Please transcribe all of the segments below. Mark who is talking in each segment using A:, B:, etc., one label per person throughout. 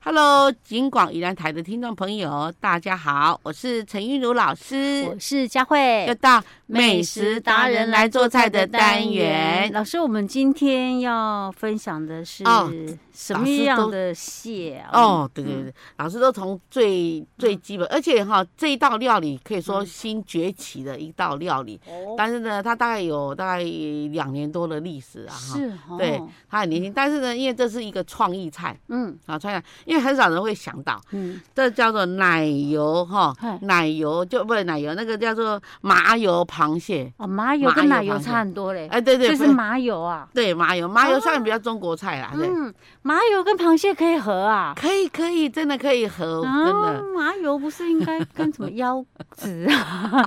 A: Hello，金广宜兰台的听众朋友，大家好，我是陈韵如老师
B: 我，是佳
A: 又
B: 慧，
A: 到美食达人来做菜的单元。
B: 老师，我们今天要分享的是
A: 哦
B: 什么样的蟹啊？
A: 哦，对对对，老师都从最最基
B: 嗯
A: 本，而且哈，这一道料理可以说新崛起的一道料理，
B: 哦，
A: 但是呢，它大概有大概两年多的历史啊，哈，
B: 是哦，
A: 对，它很年轻，但是呢，因为这是一个创意菜
B: 嗯
A: 啊，创意菜，因为很少人会想到，
B: 嗯，
A: 这叫做奶油哈
B: 嗨，
A: 奶油就不是奶油，那个叫做麻油螃蟹，
B: 哦，麻油
A: 麻
B: 跟
A: 油
B: 奶
A: 螃
B: 油
A: 蟹
B: 差很多嘞，
A: 哎，对对，
B: 这
A: 不
B: 是麻油啊，
A: 对麻油，麻油算比较中国菜啦，对，
B: 嗯，麻油跟螃蟹可以合啊。
A: 可以可以，真的可以合，哦真的。
B: 麻油不是应该跟什么腰子 啊？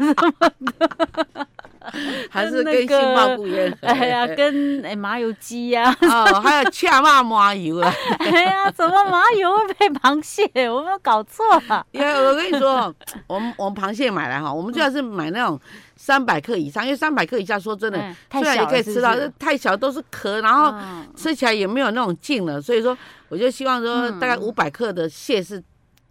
A: 还
B: 跟
A: 是
B: 那
A: 跟杏
B: 个
A: 鲍菇也很
B: 哎呀，跟哎麻油鸡呀、啊，
A: 哦，还有恰骂麻油啊！
B: 哎呀，怎么麻油会配螃蟹？ 我没有搞错啊！
A: 因为我跟你说哦，我们我们螃蟹买来哈，我们最好是买那种三百克以上，因为三百克以下说真的，
B: 哎
A: 虽
B: 太
A: 然
B: 小
A: 也
B: 了
A: 可以
B: 是
A: 吃
B: 不
A: 到，
B: 是
A: 但太小都是壳，然后
B: 嗯
A: 吃起来也没有那种劲了。所以说，我就希望说
B: 嗯
A: 大概五百克的蟹是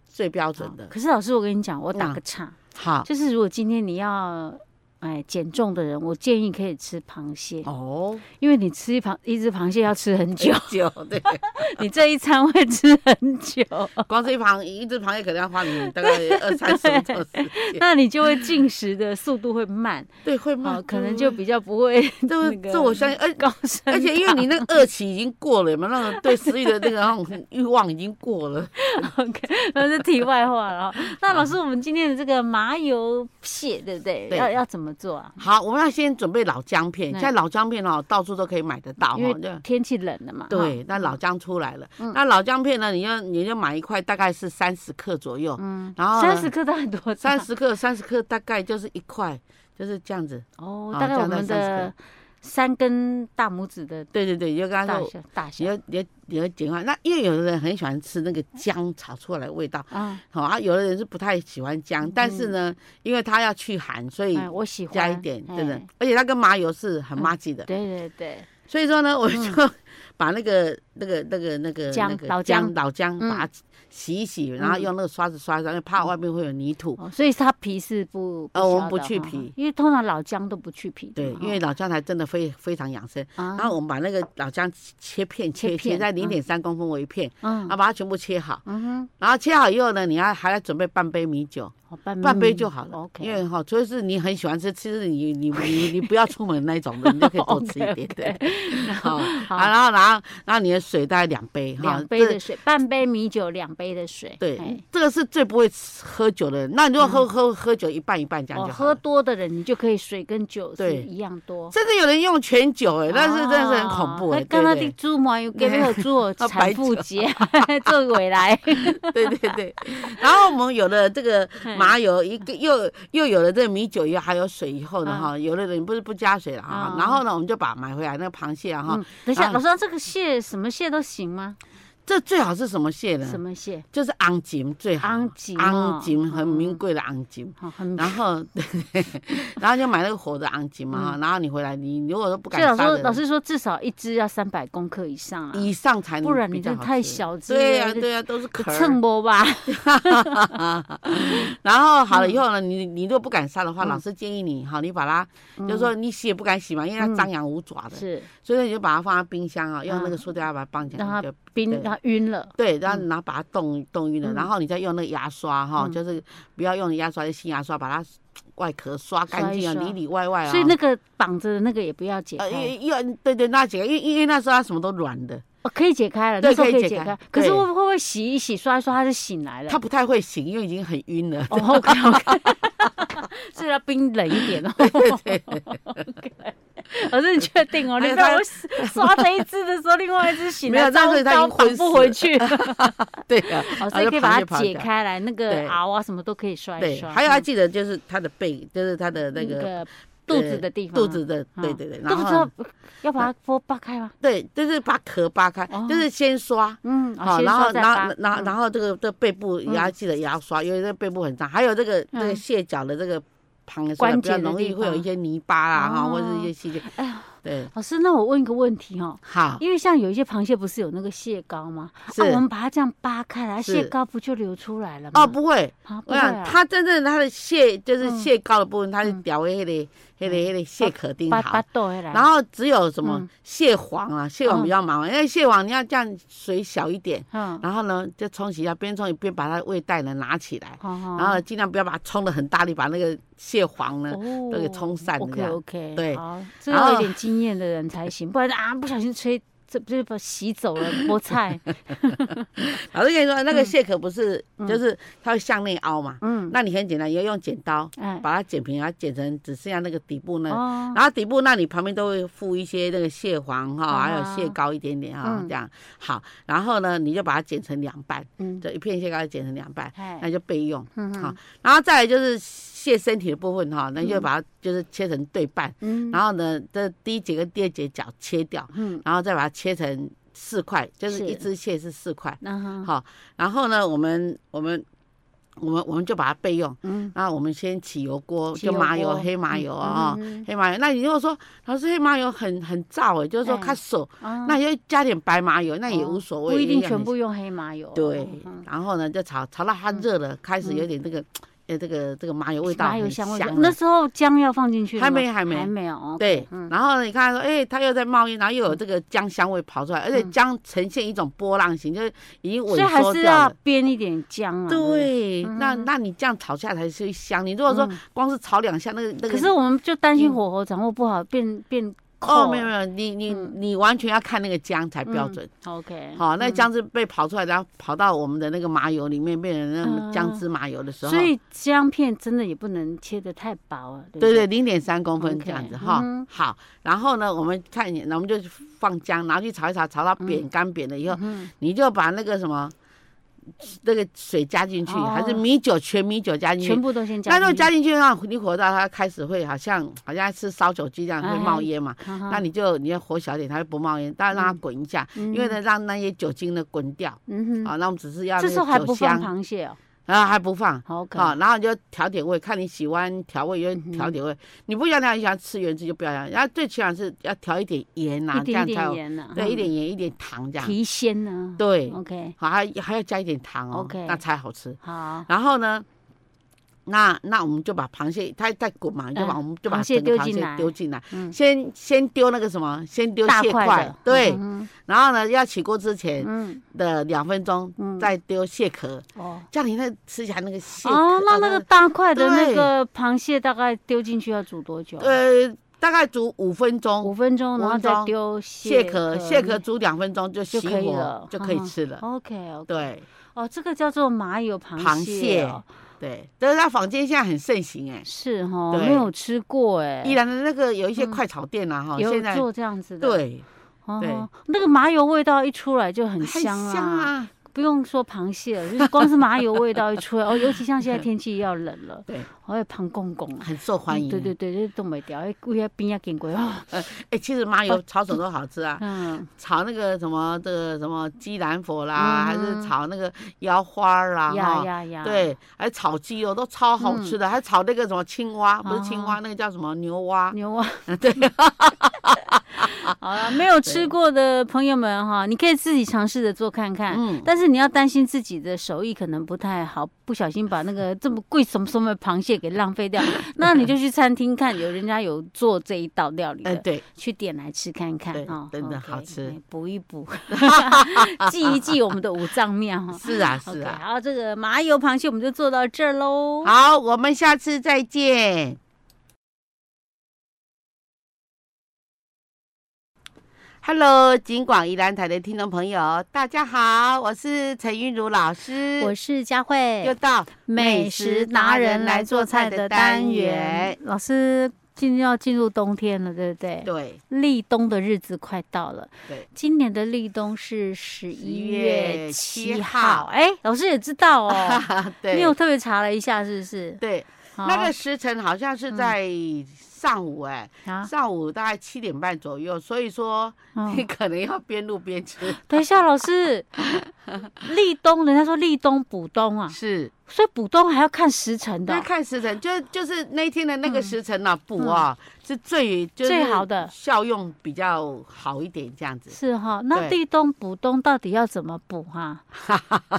A: 最标准的。
B: 可是老师，我跟你讲，我打
A: 嗯
B: 个岔，
A: 好
B: 就是如果今天你要哎减重的人，我建议可以吃螃蟹，
A: 哦，
B: 因为你吃一螃一只螃蟹要吃很久，
A: 九对，
B: 你这一餐会吃很 久，
A: 光是一螃一只螃蟹可能要花你大概二三十分钟 时间，
B: 那你就会进食的速度会慢，
A: 对，会吗
B: 哦，？可能就比较不会
A: 这个
B: 那个
A: 这我相信，而
B: 高升。
A: 嗯而且因为你那个饿期已经过了，有没有那个对食欲的那个那种欲望已经过了？
B: OK，那是题外话了哦。那老师，我们今天的这个麻油蟹，对不对？
A: 对
B: 要要怎么做啊？
A: 好，我们要先准备老姜片，
B: 嗯
A: 现在老姜片哦，到处都可以买得到
B: 因
A: 哦。
B: 为
A: 就
B: 天气冷了嘛。
A: 对
B: 哈，，嗯
A: 那老姜出来了，那老姜片呢，你要你就买一块，大概是三十克左右，
B: 嗯，
A: 然后
B: 三十克大概多大？
A: 三十克，三十克大概就是一块，就是这样子。
B: 哦，
A: 好
B: 大
A: 这
B: 概我
A: 样
B: 们
A: 大概30
B: 的三根大拇指的
A: 对对对，你就跟他
B: 大
A: 说，
B: 小大
A: 你
B: 小
A: 要你要你要减块。那因为有的人很喜欢吃那个姜炒出来的味道，
B: 啊。
A: 好啊，有的人是不太喜欢姜，但是呢，因为他要去寒，所以
B: 嗯哎，我喜欢
A: 加一点，
B: 哎嗯
A: 真的，而且它跟麻油是很麻吉的，
B: 对对对，
A: 所以说呢，我就把那个 那个那个那个
B: 嗯姜
A: 那个
B: 老姜
A: 老姜
B: 嗯
A: 把它洗一洗，然后用那个刷子刷一刷，因为怕外面会有泥土。
B: 哦，所以它皮是不
A: 呃我们
B: 削
A: 不
B: 的
A: 去
B: 哈
A: 皮
B: 因为通常老姜都不去皮的
A: 对
B: 嘛，
A: 因为老姜还真的非非常养生。
B: 哈
A: 然
B: 啊，
A: 后我们把那个老姜切片，
B: 切
A: 切
B: 片
A: 切在零
B: 嗯
A: 点三公分为一片，
B: 嗯
A: 然后把它全部切好。
B: 嗯哼，
A: 然后切好以后呢，你要还要准备半杯米酒，
B: 好半
A: 半杯
B: 米
A: 就好了。
B: 嗯 OK，
A: 因为哈，除非是你很喜欢吃，其实你你你你不要出门那一种的，你就可以多吃一点
B: OK，OK
A: 对。好，
B: 好
A: 啊，然后然后然后你的水大概两杯哈，
B: 两杯
A: 这
B: 的水，半杯米酒，两杯的水，
A: 对
B: 哎，嗯
A: 这个是最不会吃喝酒的人。那你如果喝喝喝酒一半一半这样
B: 哦，
A: 就好
B: 喝
A: 了。
B: 多的人你就可以水跟酒是
A: 对
B: 一样多。
A: 甚至有人用全酒哎，那是真的是很恐怖
B: 啊
A: 哎，
B: 那刚刚
A: 对对
B: 的猪毛又给 那个猪
A: 啊白
B: 产妇节 做回来，
A: 对对对。然后我们有了这个
B: 嘿
A: 麻油，一个又又有了这个米酒，又还有水以后呢哈，有的人不是不加水了哈，
B: 嗯
A: 然后呢我们就把买回来那个螃蟹啊哈
B: 嗯，，等一下，
A: 啊
B: 老师，这个蟹什么蟹都行吗？
A: 这最好是什么蟹呢？
B: 什么蟹？
A: 就是昂金最好，
B: 昂金哦
A: 昂金很名贵的昂金。
B: 好，很。
A: 然后， 然后就买那个活的昂金嘛哈、然后你回来，你你如果说不
B: 所
A: 敢
B: 以老
A: 杀的
B: 师
A: 人，
B: 老师嗯啊说，至少一只要三百公克以上啊，
A: 以上才能，
B: 不然你这太。小只了，
A: 对呀、
B: 这
A: 对呀、啊都是
B: 这
A: 壳儿。
B: 称不吧？啊
A: 然后好
B: 嗯
A: 了以后呢，你你如果不敢杀的话，老师建议你哈，你把它，
B: 嗯
A: 就是说你洗也不敢洗嘛，因为它张扬无爪的，
B: 是
A: 所以你就把它放在冰箱啊，用那个
B: 嗯
A: 塑料把它绑起来，
B: 让它
A: 就对
B: 冰，它晕了，
A: 对，然后然后把它冻冻晕了，
B: 嗯
A: 然后你再用那个牙刷哈，
B: 嗯
A: 就是不要用牙刷，就新牙刷把它外壳刷干净啊，
B: 刷一刷
A: 里里外外啊。
B: 所以那个绑着的那个也不要解
A: 呃，
B: 开，
A: 要对对，那几个，因为因为那时候它什么都软的，
B: 哦，可以解开了，
A: 对
B: 那时候
A: 可
B: 可
A: 以
B: 以
A: 解
B: 解
A: 开
B: 开，可是
A: 对
B: 会不会会洗一洗刷一刷，它就醒来了
A: 它？不太会醒，因为已经很晕了。
B: 哦，OK OK，所 以要冰冷一点哦。OK，我是确 定哦，
A: 哎
B: 你
A: 呀
B: 不要
A: 他
B: 我刷这一只的时候，另外一只醒
A: 没有
B: 来，
A: 但是
B: 糟
A: 他已经昏
B: 糕绑不回去，
A: 对啊， 然
B: 哦，所以
A: 后
B: 可以
A: 螃
B: 把
A: 蟹
B: 它
A: 螃蟹
B: 解开来，那
A: 对
B: 个螯啊什么都可以刷一
A: 对，
B: 刷。
A: 还有要
B: 嗯
A: 记得就是它的背，就是它的那个
B: 肚子的地方，
A: 肚子的，
B: 嗯
A: 对对对，
B: 肚
A: 然
B: 子
A: 后
B: 要要把它剥扒开吗？
A: 对，就是把壳扒开，
B: 哦
A: 就是先刷。
B: 嗯，
A: 好，然后，然后，然后，然
B: 后
A: 后这个这背部也要记得也要刷，因为这背部很脏。还有这个这个
B: 嗯
A: 蟹脚的这个螃蟹，
B: 关
A: 比较
B: 节的
A: 容易
B: 地
A: 会有一
B: 方
A: 些泥巴啦哈，
B: 哦
A: 或者是一些细菌。
B: 哎呀，
A: 对，
B: 老师，那我问一个问题哦，
A: 好，
B: 因为像有一些螃蟹不是有那个蟹膏吗？
A: 是
B: 啊，我们把它这样扒开来，
A: 是
B: 蟹膏不就流出来了吗？
A: 哦，不会，
B: 啊，不
A: 我
B: 会
A: 想
B: 啊，
A: 它真正它的蟹就是
B: 嗯
A: 蟹膏的部分，它是
B: 嗯
A: 表那个、那个、那个蟹壳丁
B: 把
A: 好
B: 把。豆下来，
A: 然后只有什么
B: 嗯
A: 蟹黄啊，蟹黄比较麻烦，因为蟹黄你要这样水小一点，
B: 嗯，
A: 然后呢就冲洗一下，边冲洗边把它的胃袋呢拿起来，
B: 然
A: 然后尽量不要把它冲的很大力，把那个蟹黄呢，
B: 都
A: 给冲散这
B: 哦 OK
A: 样
B: OK，
A: 对
B: 好，这
A: 然
B: 要有
A: 后
B: 点经验的人才行，不然啊不小心吹，这这把洗走了 菠菜。
A: 老师跟你说那个蟹壳不是
B: 嗯
A: 就是它会向内凹嘛，
B: 嗯，
A: 那你很简单，你要用剪刀
B: 哎，
A: 把它剪平，然后剪成只剩下那个底部那个
B: 哦，
A: 然后底部那里旁边都会附一些那个蟹黄哈，还有
B: 啊
A: 蟹膏一点点哈，
B: 嗯
A: 这样好。然后呢，你就把它剪成两半，
B: 嗯，
A: 就一片蟹膏剪成两半，
B: 哎
A: 那，就备用。
B: 嗯
A: 好
B: 哼，
A: 然后再来就是蟹身体的部分哈，那就把它就是切成对半，
B: 嗯，
A: 然后呢，这第一节跟第二节角切掉，
B: 嗯，
A: 然后再把它切成四块，就是
B: 是嗯
A: 一只蟹是四块。
B: 那哈，
A: 好，然后呢，我们我们我们我们就把它备用。
B: 嗯，
A: 那我们先起油锅，
B: 起
A: 就
B: 油
A: 麻油、
B: 锅
A: 黑麻
B: 嗯
A: 油啊、
B: 嗯
A: 黑麻油。那你如果说老师黑麻油很很燥哎、就是说
B: 哎
A: 看手，
B: 啊
A: 那你就加点白麻油，那也
B: 哦
A: 无所谓，
B: 不一定
A: 也
B: 全
A: 很
B: 部用黑麻油，
A: 对
B: 嗯哼。嗯
A: 然后呢，就炒炒到它热了，开始有点这个呃这个这个麻油味道
B: 麻油
A: 很
B: 香味
A: 了，
B: 那时候姜要放进去了
A: 还
B: 吗
A: 没还没
B: 还没有，
A: 对
B: 嗯，
A: 然后你看说，哎，它又在冒烟，然后又有这个姜香味跑出来，而且
B: 嗯
A: 姜呈现一种波浪形，就是已经
B: 所
A: 萎
B: 以还
A: 缩
B: 是
A: 掉
B: 要
A: 了。
B: 煸一点姜啊。不
A: 对，
B: 嗯
A: 那那你这样炒下来才是香。你如果说
B: 嗯
A: 光是炒两下，那个那个，
B: 可是我们就担心
A: 嗯
B: 火候掌握不好，变变
A: 哦，
B: 扣
A: 没有没有，你你
B: 嗯
A: 你完全要看那个姜才标
B: 嗯
A: 准。
B: OK，
A: 好，那
B: 嗯
A: 姜是被刨出来，然后跑到我们的那个麻油里面，变成那种
B: 嗯
A: 姜汁麻油的时候，
B: 所以姜片真的也不能切得太薄啊，对不
A: 对对，
B: 对？
A: 零点三公分
B: OK，
A: 这样子哈
B: 嗯。
A: 好，然后呢，我们看一眼，那我们就放姜，然后去炒一炒，炒到扁干扁了以后，
B: 嗯
A: 你就把那个什么那个水加进去，还是
B: 哦
A: 米酒全米酒加进
B: 全
A: 去。
B: 部都先加
A: 那
B: 进去。
A: 如果加进去的话，你火到它开始会好像好像吃烧酒鸡这样会
B: 哎
A: 冒烟嘛，
B: 哈哈，
A: 那你就你要火小点，它会不冒烟，但让它滚一下，
B: 因
A: 因为，呢让那些酒精呢滚掉。啊
B: 嗯哼，
A: 好，那我们只是要
B: 这
A: 那
B: 时候
A: 个
B: 还
A: 酒
B: 不放
A: 香哦
B: 螃蟹哦，
A: 啊，还不放。
B: 好可
A: 好，然后你就调点味，看你喜欢调味就调
B: 嗯
A: 点味。你不喜欢调，你喜欢吃原汁就不要调。然后最起码是要调一点盐呐、
B: 一
A: 这
B: 点
A: 样
B: 一
A: 才
B: 点
A: 有
B: 盐呐，
A: 对一
B: 嗯
A: 点盐一点糖这样。
B: 提鲜呢。
A: 对，
B: ，OK，
A: 好，还还要加一点糖哦
B: OK
A: 那才好吃。
B: 好，
A: 然后呢，那那我们就把螃蟹它在滚嘛，你就把
B: 嗯
A: 我们就把
B: 螃蟹
A: 整个
B: 丢
A: 螃
B: 进
A: 蟹
B: 来
A: 丢进来，
B: 嗯，
A: 先先丢那个什么，先丢
B: 大
A: 蟹
B: 块
A: 块
B: 的，，
A: 对。
B: 嗯
A: 然后呢，要起锅之前
B: 嗯
A: 的两分钟
B: 嗯，
A: 再丢蟹壳，
B: 哦。
A: 叫你那吃起来那个蟹
B: 哦
A: 壳，
B: 那那个大块的那
A: 对
B: 个螃蟹大概丢进去要煮多久？，啊
A: 呃，大概煮五分钟，
B: 五分钟，
A: 五
B: 然后
A: 分
B: 再
A: 钟
B: 丢
A: 蟹
B: 壳
A: 壳蟹壳煮两分钟就熄
B: 就可以
A: 火
B: 了
A: 就可以吃了。
B: OK OK，
A: 对
B: 哦，这个叫做麻油
A: 螃
B: 螃
A: 蟹
B: 哦
A: 对，但是它坊间现在很盛行哎，
B: 是哈，
A: 对
B: 没有吃过哎，
A: 依然的那个有一些
B: 嗯
A: 快炒店啊哈，
B: 有
A: 现在
B: 做这样子的，
A: 对
B: 哦，
A: 对
B: 那个麻油味道一出来就很
A: 很
B: 香啊，
A: 香啊，
B: 不用说螃蟹了， 就是光是麻油味道一出来，哦，尤其像现在天气要冷了，
A: 对，
B: 还有胖公公啊，
A: 很受欢迎。
B: 对对，对，这冻不掉，哎，为了边啊见过 哦，
A: 哎，其实麻油炒什么都好吃啊，
B: 嗯，
A: 炒那个什么这个什么鸡兰佛
B: 嗯
A: 啦，还是炒那个腰花啦
B: 呀
A: 啊哈。
B: 呀呀，，嗯
A: 对，还炒鸡肉都超好吃的，还炒那个什么青蛙，不是青蛙，那个叫什么牛蛙？
B: 哦牛 蛙，对， 好了，没有吃过的朋友们哈，你可以自己尝试着做看看，
A: 嗯，
B: 但是你要担心自己的手艺可能不太好，不小心把那个这么贵什么什么的螃蟹给浪费掉， 那你就去餐厅看有人家有做这一道料理
A: 哎
B: 的，
A: 对，
B: 去点来吃看看
A: 对
B: 哦，
A: 真的
B: OK，
A: 好吃
B: 哎补 一补，记一记我们的五脏庙哈。
A: 是 啊是
B: OK，
A: 啊。
B: 好，这个麻油螃蟹我们就做到这儿喽。
A: 好，我们下次再见。Hello，金广宜兰台的听众朋友，大家好，我是陈韵如老师，
B: 我是佳
A: 又
B: 慧，
A: 到
B: 美食达人来做菜的单元。老师，今天要进入冬天了，对不对？
A: 对
B: 立冬的日子快到了，
A: 对，
B: 今年的立冬是十一月
A: 7
B: 七
A: 号
B: 号，哎、老师也知道哦，
A: 啊
B: 你
A: 对
B: 有特别查了一下，是不是？
A: 对，
B: 好
A: 那个时辰好像是在上午哎、
B: 嗯啊，
A: 上午大概七点半左右，所以说你
B: 嗯，
A: 可能要边录边吃。
B: 等一下，老 师，立冬，人家说立冬补冬啊，
A: 是，
B: 所以补冬还要看时辰的
A: 那
B: 哦，
A: 看时辰，就就是那一天的那个
B: 嗯
A: 时辰呢、补啊、是最就是
B: 最好的
A: 效用比较好一点这样子。
B: 是哈。那
A: 对
B: 立冬补冬到底要怎么补 哈、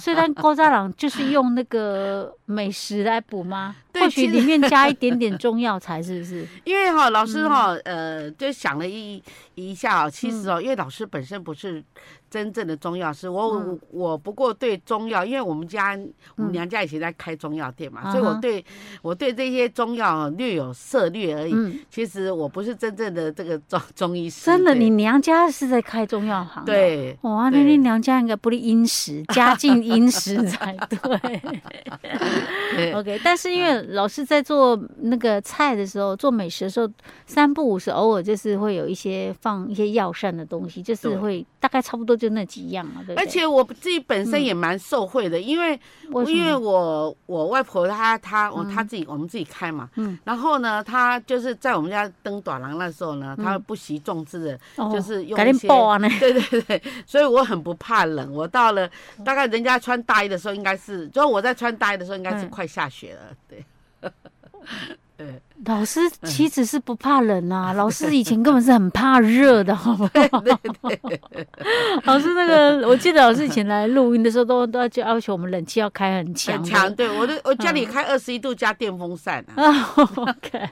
B: 虽然高渣郎就是用那个美食来补吗？
A: 对
B: 或许
A: 其实
B: 里面加一点点中药材，是不是？
A: 因为哈、老师哈、
B: 嗯
A: 呃，就想了一一下哦，其实哦，因为老师本身不是真正的中药师，我、
B: 嗯
A: 我我不过对中药，因为我们家我
B: 嗯
A: 们娘家以前在开中药店嘛，
B: 啊哈
A: 所以我对我对这些中药哦略有涉略而已。
B: 嗯，
A: 其实我不是真正的这个中中医师，
B: 真的，
A: 对
B: 你娘家是在开中药行、。
A: 对。
B: 哇，那
A: 对
B: 你娘家应该不是殷实，家境殷实才对。
A: 对嗯
B: OK，但是因为老师在做那个菜的时候，做美食的时候，三不五时偶尔就是会有一些放一些药膳的东西，就是
A: 对
B: 会大概差不多就那几样嘛，对不对？嗯
A: 而且我自己本身也蛮受惠的，因为
B: 为什
A: 因为
B: 么？
A: 我我外婆她她我她自己我们自己开嘛，
B: 嗯
A: 然后呢，她就是在我们家登短廊那时候呢，她不惜重资的，
B: 嗯哦
A: 就是用
B: 改
A: 一
B: 天
A: 些
B: 爆啊 呢，
A: 对对对，所以我很不怕冷。我到了
B: 哦
A: 大概人家穿大衣的时候，应该是，就是我在穿大衣的时候，应该是
B: 嗯
A: 快下雪了，对。
B: 老师岂止是不怕 冷啊，老师以前根本是很怕热的，好不好？老师那个，我记得老师以前来录音的时候，都都要求要求我们冷气要开很强
A: 很
B: 的，嗯
A: 强，对 我的我家里开二十一度加电风扇啊，
B: 啊，OK。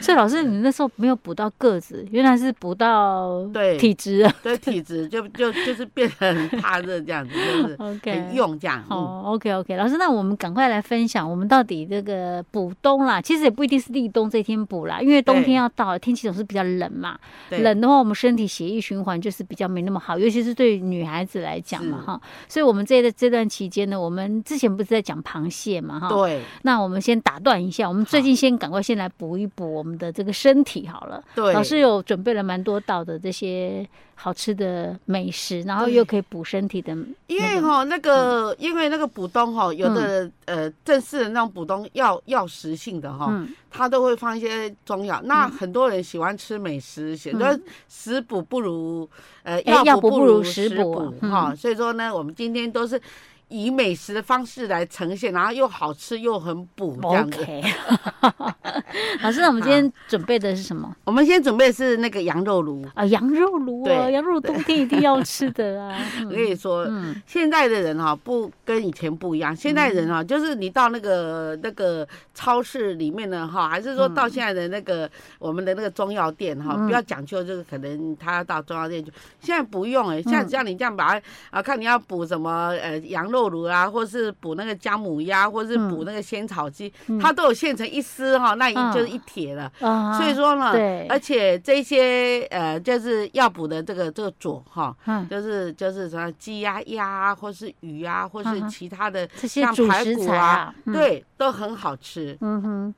B: 所以老师，你那时候没有补到个子，原来是补到
A: 对
B: 体质啊。
A: 所以体质就就就是变得很怕热这样子， 就是很
B: 哦 OK。哦
A: 用这样。嗯
B: 好，OK OK，老师，那我们赶快来分享，我们到底这个补冬啦，其实也不一定是立冬这天补啦，因为冬
A: 对
B: 天要到了，天气总是比较冷嘛。
A: 对
B: 冷的话，我们身体血液循环就是比较没那么好，尤其是对于女孩子来讲嘛
A: 是
B: 哈。所以我们这一这段期间呢，我们之前不是在讲螃蟹嘛哈，
A: 对
B: 那我们先打断一下，我们最近先赶快先来补一补我们的这个身体好了。
A: 对，
B: 老师有准备了蛮多道的这些好吃的美食，然后
A: 对
B: 又可以补身体的。
A: 因为哈那
B: 嗯
A: 个，因为那个补冬哈，有的呃正式的那种补冬药药食性的哈，
B: 嗯，
A: 它都会放一些中药。那很多人喜欢吃美食，显得食补不如呃
B: 嗯哎药
A: 药补
B: 补不
A: 不
B: 如
A: 如
B: 食
A: 食
B: 补
A: 补
B: 嗯
A: 哈。所以说呢，我们今天都是以美食的方式来呈现，然后又好吃又很补这样子。
B: OK，老 师，那我们今天准备的是什么
A: 我们先准备的是那个羊肉炉，
B: 啊？羊肉炉哦，
A: 对
B: 羊肉冬天一定要吃的啊。
A: 我
B: 嗯
A: 跟你说，
B: 嗯，
A: 现在的人哈、不跟以前不一样，现在人哈、就是你到那个那个超市里面呢哈、还是说到现在的那个、我们的那个中药店哈、
B: 嗯
A: 不要讲究这个，可能他要到中药店去，现在不用哎、现
B: 嗯
A: 在只要你这样把它啊，看你要补什么呃羊肉炉啊，或是补那个姜母鸭，或是
B: 嗯
A: 补那个仙草鸡，它都有现成一丝哈、那已经就是一帖了。
B: 嗯 啊
A: 所以，说呢，
B: 对
A: 而且这些呃，就是药补的这个这个佐哈、
B: 嗯，
A: 就是就是什么鸡呀、鸭啊，或是鱼啊，或
B: 嗯哼
A: 是其他的，
B: 这些
A: 像
B: 主
A: 排
B: 食
A: 骨
B: 材啊，嗯，
A: 对，都很好吃。
B: 嗯哼，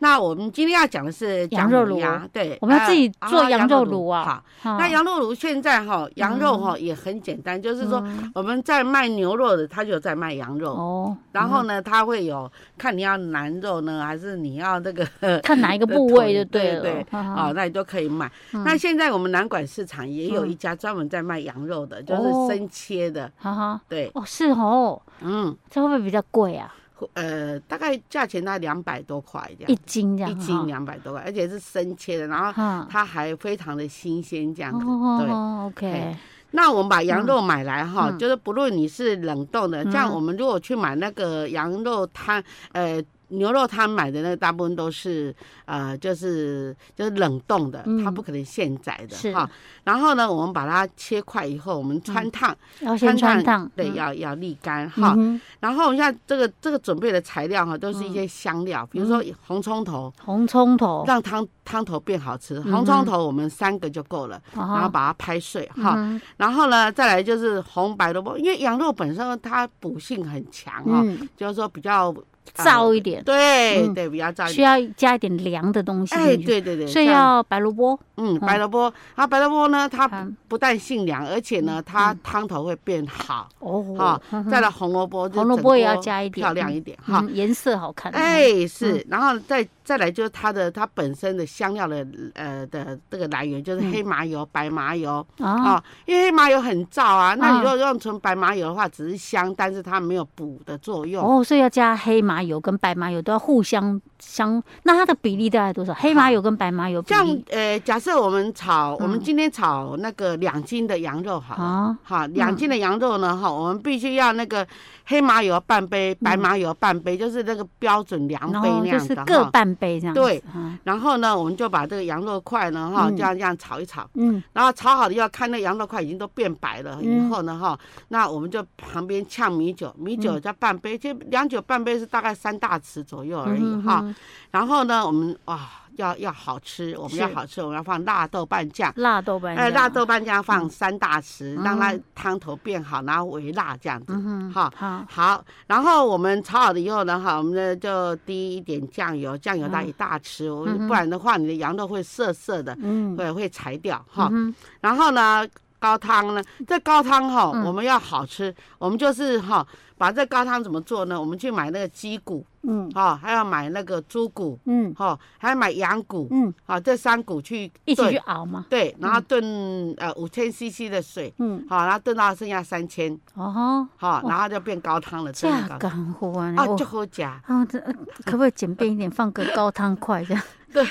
A: 那我们今天要讲的是姜
B: 羊肉
A: 母
B: 炉
A: 鸭对，
B: 我们要自己
A: 呃
B: 做
A: 啊
B: 羊
A: 羊肉
B: 肉炉啊嗯
A: 好，
B: 好
A: 那羊肉炉现在哈，羊肉哈也很简单，就是说我们在卖牛肉的，他就在卖羊肉。
B: 嗯哦，
A: 然后呢，他会有看你要腩肉呢，还是你要那个
B: 看哪一个
A: 的
B: 部
A: 呃腿
B: 位就
A: 对
B: 了，
A: 对
B: 啊
A: 哦，，那你都可以买。
B: 嗯
A: 那现在我们南管市场也有
B: 嗯
A: 一家专门在卖羊肉的，就是
B: 哦
A: 生切的，
B: 哈哈，
A: 对，
B: 哦，是哦，
A: 嗯。
B: 这会不会比较贵啊？
A: 呃，大概价钱大概两百多块这
B: 一
A: 样，
B: 斤这样
A: 一
B: 哈，
A: 斤两百多块，而且是生切的，然后
B: 哈，
A: 它还非常的新鲜这样子。对，
B: 哦，OK，
A: 哎那我们把羊肉买来哈，
B: 嗯
A: 就是不论你是冷冻的，这样我们如果去买那个羊肉摊，呃。牛肉摊买的那个大部分都是，呃，就是就是冷冻的，
B: 嗯
A: 它不可能现宰
B: 是
A: 的哈。然后呢，我们把它切块以后，我们穿烫，
B: 要先穿烫，
A: 对，
B: 嗯，
A: 要要沥干哈。
B: 嗯哼
A: 然后我现在这个这个准备的材料哈，都是一
B: 嗯
A: 些香料，比如说红葱头，
B: 红葱头，啊
A: 让汤汤头变好吃。
B: 哼
A: 红葱头我们三个就够了，然后
B: 然
A: 把它拍碎哈。
B: 哦嗯
A: 然后呢，再来就是红白萝卜，因为羊肉本身它补性很强
B: 哼
A: 哈，
B: 嗯
A: 就是说比较呃
B: 燥一点，
A: 对
B: 嗯
A: 对，比较燥一
B: 需
A: 点。
B: 要加一点凉的东西
A: 哎，
B: 进去，
A: 对对对，
B: 所以
A: 像
B: 要白萝卜，
A: 嗯白萝卜，啊白萝卜呢，它不
B: 嗯
A: 不但性凉，而且呢，它汤头会变好
B: 哦
A: 哈，。再来红萝卜，就
B: 红萝
A: 整
B: 卜也要
A: 锅
B: 加一点
A: 漂亮
B: 嗯
A: 一点哈。
B: 嗯，颜色好看，嗯，
A: 哎，是，然后再再来就是它的它本身的香料的呃的这个来源就是
B: 嗯
A: 黑麻油、白麻油
B: 啊，
A: 啊，因为黑麻油很燥啊，那你
B: 啊
A: 如果用纯白麻油的话，只是香，但是它没有补的作用。
B: 哦，所以要加黑麻油跟白麻油都要互相相，那它的比例大概多少？黑麻油跟白麻油比
A: 像
B: 例
A: 呃，假设我们炒，我们
B: 嗯
A: 今天炒那个两斤的羊肉好了。
B: 啊，
A: 好，两斤的羊肉呢，哈，我们必须要那个黑麻油半杯，白麻油半杯，就是那个标准量
B: 嗯然
A: 杯
B: 后
A: 那
B: 就
A: 样
B: 是
A: 的
B: 各
A: 哈。
B: 半杯这样子，
A: 对
B: 嗯，
A: 然后呢，我们就把这个羊肉块呢，哈，
B: 嗯
A: 这样这样炒一炒。
B: 嗯，
A: 然后炒好了要看那羊肉块已经都变白了，
B: 嗯
A: 以后呢哈，那我们就旁边呛米酒，米
B: 嗯
A: 酒加半杯，这两酒半杯是大概三大匙左右而已
B: 嗯哼
A: 哈。
B: 哼
A: 然后呢，我们哇要要好吃，我们
B: 是
A: 要好吃，我们要放辣豆瓣酱。
B: 辣豆瓣
A: 哎，
B: 酱
A: 辣豆，瓣酱放三大匙，
B: 嗯
A: 让它汤头变好，然后微辣这样子，
B: 嗯
A: 哈
B: 哼，。好，
A: 好，然后我们炒好了以后呢，哈，我们呢就滴一点酱油，酱油大概一大匙，我
B: 嗯哼
A: 不然的话你的羊肉会涩涩的，
B: 嗯，
A: 会会柴掉哈。
B: 嗯
A: 然后呢，高汤呢，这高汤哈、
B: 嗯
A: 我们要好吃，我们就是哈、把这高汤怎么做呢？我们去买那个鸡骨
B: 嗯
A: 哈、还要买那个猪骨
B: 嗯
A: 哈、还要买羊骨
B: 嗯，
A: 啊、这三骨去
B: 一起去嗯
A: 炖，
B: 熬嘛，
A: 对，然后炖、呃五千 CC 的水，
B: 嗯，
A: 好、然后炖到剩下三千，
B: 哦吼，
A: 哈，
B: 哦
A: 然后就变高汤了，真的
B: 价
A: 高汤。
B: 干活啊，
A: 啊，
B: 我
A: 就好假，
B: 啊，这呃可不可以简便一点，放个高汤块这样？
A: 对，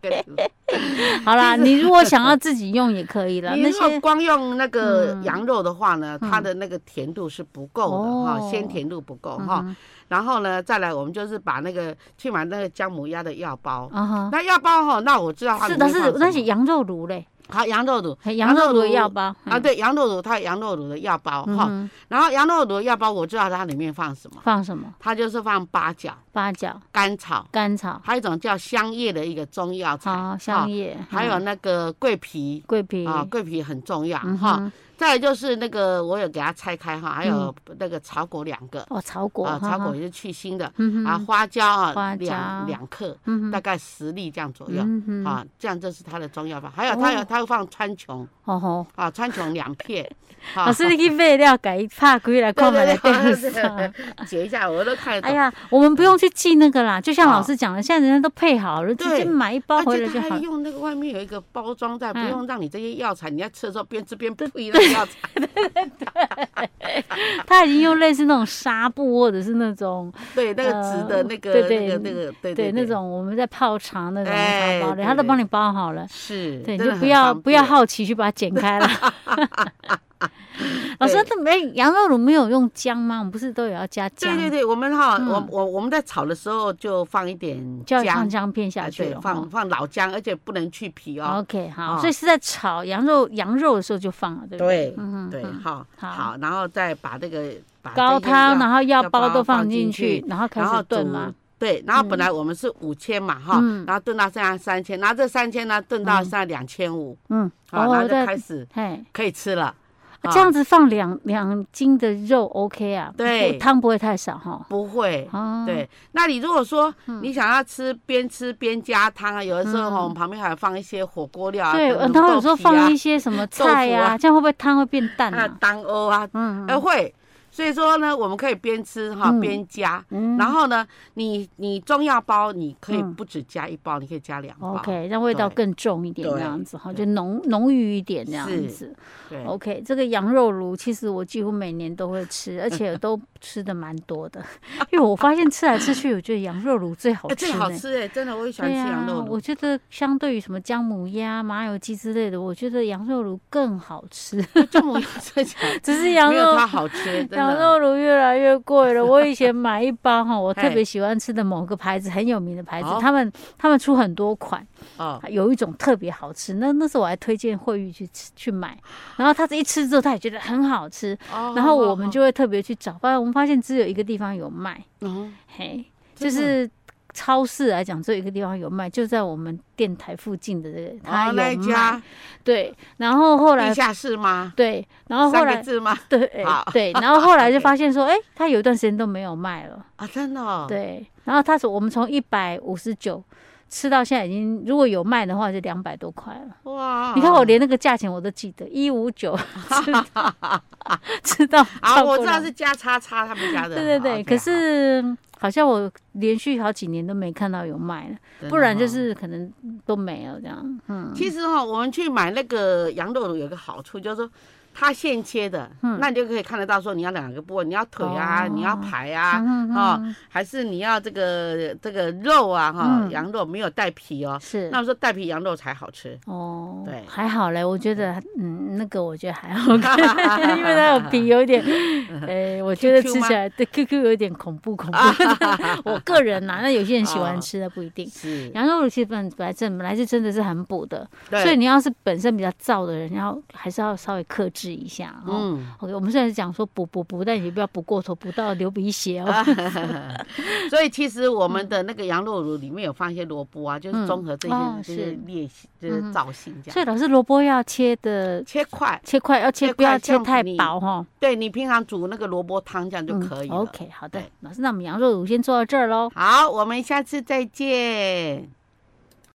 A: 对
B: 好啦，你如果想要自己用也可以 啦，
A: 你
B: 那
A: 如果
B: 些
A: 光用那个
B: 嗯
A: 羊肉的话呢，它
B: 嗯
A: 的那个甜度是不够的哈，
B: 哦
A: 鲜甜度不够
B: 嗯
A: 哈。
B: 哼
A: 然后呢，再来我们就是把那个去买那个姜母鸭的药包，
B: 啊
A: 那药包哈，那我知道它
B: 哈，是
A: 里面
B: 的，是
A: 放什
B: 的那些
A: 么
B: 羊肉炉嘞，
A: 好羊肉卤
B: 嘿羊肉炉也要
A: 包
B: 吧？
A: 啊，对，羊肉卤它有羊肉卤的药包
B: 嗯
A: 哈，
B: 哼，
A: 然后羊肉卤的药包我知道它里面放什么，
B: 放什么？
A: 它就是放八角、
B: 八角、
A: 甘草，
B: 甘草、
A: 还有一种叫香叶的一个中药材，
B: 好
A: 啊哈
B: 哦香叶，
A: 还有
B: 嗯
A: 那个桂皮
B: 桂皮
A: 啊，桂皮很重要
B: 嗯
A: 哈。
B: 哼
A: 再来就是那个我有给它拆开哈，还有那个草果两个
B: 哦，草果，
A: 啊，
B: 嗯哈
A: 草果
B: 哈，
A: 也是去腥的
B: 嗯
A: 啊，
B: 哼，
A: 花椒啊
B: 花
A: 两
B: 椒
A: 两克，
B: 嗯
A: 大
B: 哼，
A: 概十粒这样左右
B: 嗯哼，
A: 啊，这样就是它的中药吧。还有它有
B: 哦
A: 它会放川穹
B: 哦吼。
A: 啊，川穹两 片，啊
B: 老师，你去买了，改拍开来
A: 对
B: 看嘛，来
A: 对
B: 对
A: 对
B: 上。啊
A: 对，截一下我都看得
B: 哎
A: 懂。
B: 呀，我们不用去记那个啦，就像老师讲的，现在人家都配好了，直
A: 啊对
B: 接买一包
A: 而
B: 回
A: 且
B: 来就
A: 它
B: 好
A: 还
B: 了。
A: 用那个外面有一个包装袋，不
B: 嗯
A: 用让你这些药材，你在吃的时候边吃边呸那个药材。
B: 他已经用类似那种纱布或者是那种
A: 对，那个
B: 呃
A: 纸的那个
B: 对
A: 那
B: 对
A: 个那个，对
B: 对那种我们在泡茶那种
A: 哎
B: 茶包的，
A: 对
B: 他都
A: 对
B: 帮你包好了。
A: 是，
B: 对，你
A: 真
B: 就
A: 的
B: 不
A: 很
B: 要
A: 方
B: 不要
A: 便
B: 好奇去把它剪开了。老师
A: 对，
B: 那没羊肉卤没有用姜吗？我们不是都有要加姜？
A: 对对对，我们哈，
B: 嗯
A: 我我我们在炒的时候就放一点
B: 就
A: 姜，
B: 要放姜片
A: 啊
B: 下去
A: 对
B: 了，哈
A: 放放老姜，而且不能去皮哦。
B: OK，
A: 哦
B: 好，所以是在炒羊肉羊肉的时候就放了，对不
A: 对
B: 嗯
A: 对，
B: 嗯
A: 好，
B: 好
A: 好，然后再把这个把
B: 高
A: 这些
B: 汤，
A: 料
B: 然后药包都
A: 放
B: 放进
A: 去
B: 去，，然后开
A: 然后
B: 始啊炖
A: 煮
B: 嘛。。
A: 对，然后本来我们是五千嘛哈，
B: 嗯
A: 然后炖到剩下三千，然后这三千呢炖到
B: 嗯
A: 剩下两千五，
B: 嗯，
A: 好，然后就
B: 再
A: 开始
B: 嘿，
A: 可以吃了。啊
B: 这样子放两两斤的肉 OK 啊？
A: 对
B: 不汤不会太少哈。
A: 不会，
B: 哦，嗯
A: 对，那你如果说你想要吃边吃边加汤啊，有的时候哈我们旁边还放一些火锅料啊，
B: 对，
A: 等等
B: 然后有
A: 豆
B: 时候
A: 皮啊
B: 放一些什么菜
A: 豆腐
B: 呀
A: 啊，
B: 这样会不会汤会变淡
A: 还有
B: 啊？
A: 当欧啊，
B: 嗯
A: 呃会。所以说呢，我们可以边吃哈
B: 嗯
A: 边加，
B: 嗯
A: 然后呢，你你中药包你可以
B: 嗯
A: 不止加一包，你可以加两包。
B: OK，让味道
A: 对
B: 更重一点，
A: 对
B: 这样子哈，
A: 对
B: 就浓浓郁一点这样
A: 是
B: 子。
A: 对，
B: OK，这个羊肉炉其实我几乎每年都会吃，而 且都吃的蛮多的， 因为我发现吃来吃去，我觉得羊肉炉最好
A: 哎，
B: 吃、
A: 这
B: 呢。
A: 个好吃哎，真的我也喜欢
B: 对
A: 吃
B: 呀、
A: 羊肉
B: 我
A: 卤。
B: 觉得相对于什么姜母鸭、麻油鸡之类的，我觉得羊肉炉更好吃。
A: 这 么这讲，
B: 只是羊
A: 没有
B: 肉
A: 它好 吃，真
B: 羊
A: 的。
B: 肉炉越来越贵了。我以前买一包哈，我特
A: 嘿
B: 别喜欢吃的某个牌子，很有名的牌子
A: 好，
B: 他们他们出很多款，
A: 哦，
B: 有一种特别好吃。那那时候我还推荐慧玉去吃去买，然后他一吃之后，他也觉得很好吃，然
A: 然
B: 后
A: 嗯
B: 我们就会特别去找，发现我们发现只有一个地方有卖，嘿，就
A: 真的
B: 是超市来讲，只有一个地方有卖，就在我们电台附近的这个，它
A: 哦，
B: 有
A: 那
B: 卖。
A: 一家
B: 对，然后后来
A: 地下室吗？
B: 对，然后后
A: 三个
B: 来
A: 字吗？
B: 对
A: 好
B: 对，然后后来就发现说，哎、它有一段时间都没有卖了。
A: 啊，真的、哦。
B: 对，然后它是我们从一百五十九吃到现在已经，如果有卖的话就两百多块了。
A: 哇！哦
B: 你看我连那个价钱我都记得，一五九 吃到 吃到
A: 啊，
B: 超
A: 我
B: 过
A: 知道
B: 200
A: 是加叉叉他们家的。
B: 对对
A: 啊好
B: 对，
A: ，OK，
B: 可是嗯好像我连续好几年都没看到有卖了，
A: 好真的
B: 不然就
A: 哦
B: 是可能都没有这样。嗯，
A: 其实哈、我们去买那个羊肉有个好处，就是说它现切的，那你就可以看得到说你要哪个部位，你要腿啊，
B: 嗯哦
A: 你要排啊，
B: 嗯
A: 哦，还是你要这个这个肉啊哈、
B: 嗯
A: 羊肉没有带皮哦，
B: 是
A: 那我说带皮羊肉才好吃。
B: 哦，
A: 对
B: 还好嘞，我觉得嗯，那个我觉得还好看，因为它有皮 有点，哎，我觉得
A: QQ
B: 吃起来对 QQ 有点恐 怖恐怖。我个人呐，那有些人喜欢吃的不一定。
A: 哦是，
B: 羊肉其实本本来正本来是真的是很补的，所以
A: 对，
B: 你要是本身比较燥的人，要还是要稍微克制一下哦。
A: 嗯，
B: OK，我们虽然是讲说补补补，但也不要补过头，补到流鼻血
A: 啊
B: 哦。
A: 所以其实我
B: 嗯
A: 们的那个羊肉炉里面有放一些萝卜啊，就是综合这些
B: 哦
A: 这些
B: 是嗯
A: 裂形，就是造型这
B: 所
A: 样，
B: 以老师，萝卜要切的
A: 切块。
B: 切块，要切
A: 切
B: 不要
A: 块
B: 切
A: 像
B: 太
A: 你
B: 薄哈、哦。
A: 对你平常煮那个萝卜汤这样就
B: 嗯
A: 可以了。
B: OK，好的
A: 对，
B: 老师，那我们羊肉乳先做到这儿喽。
A: 好，我们下次再见。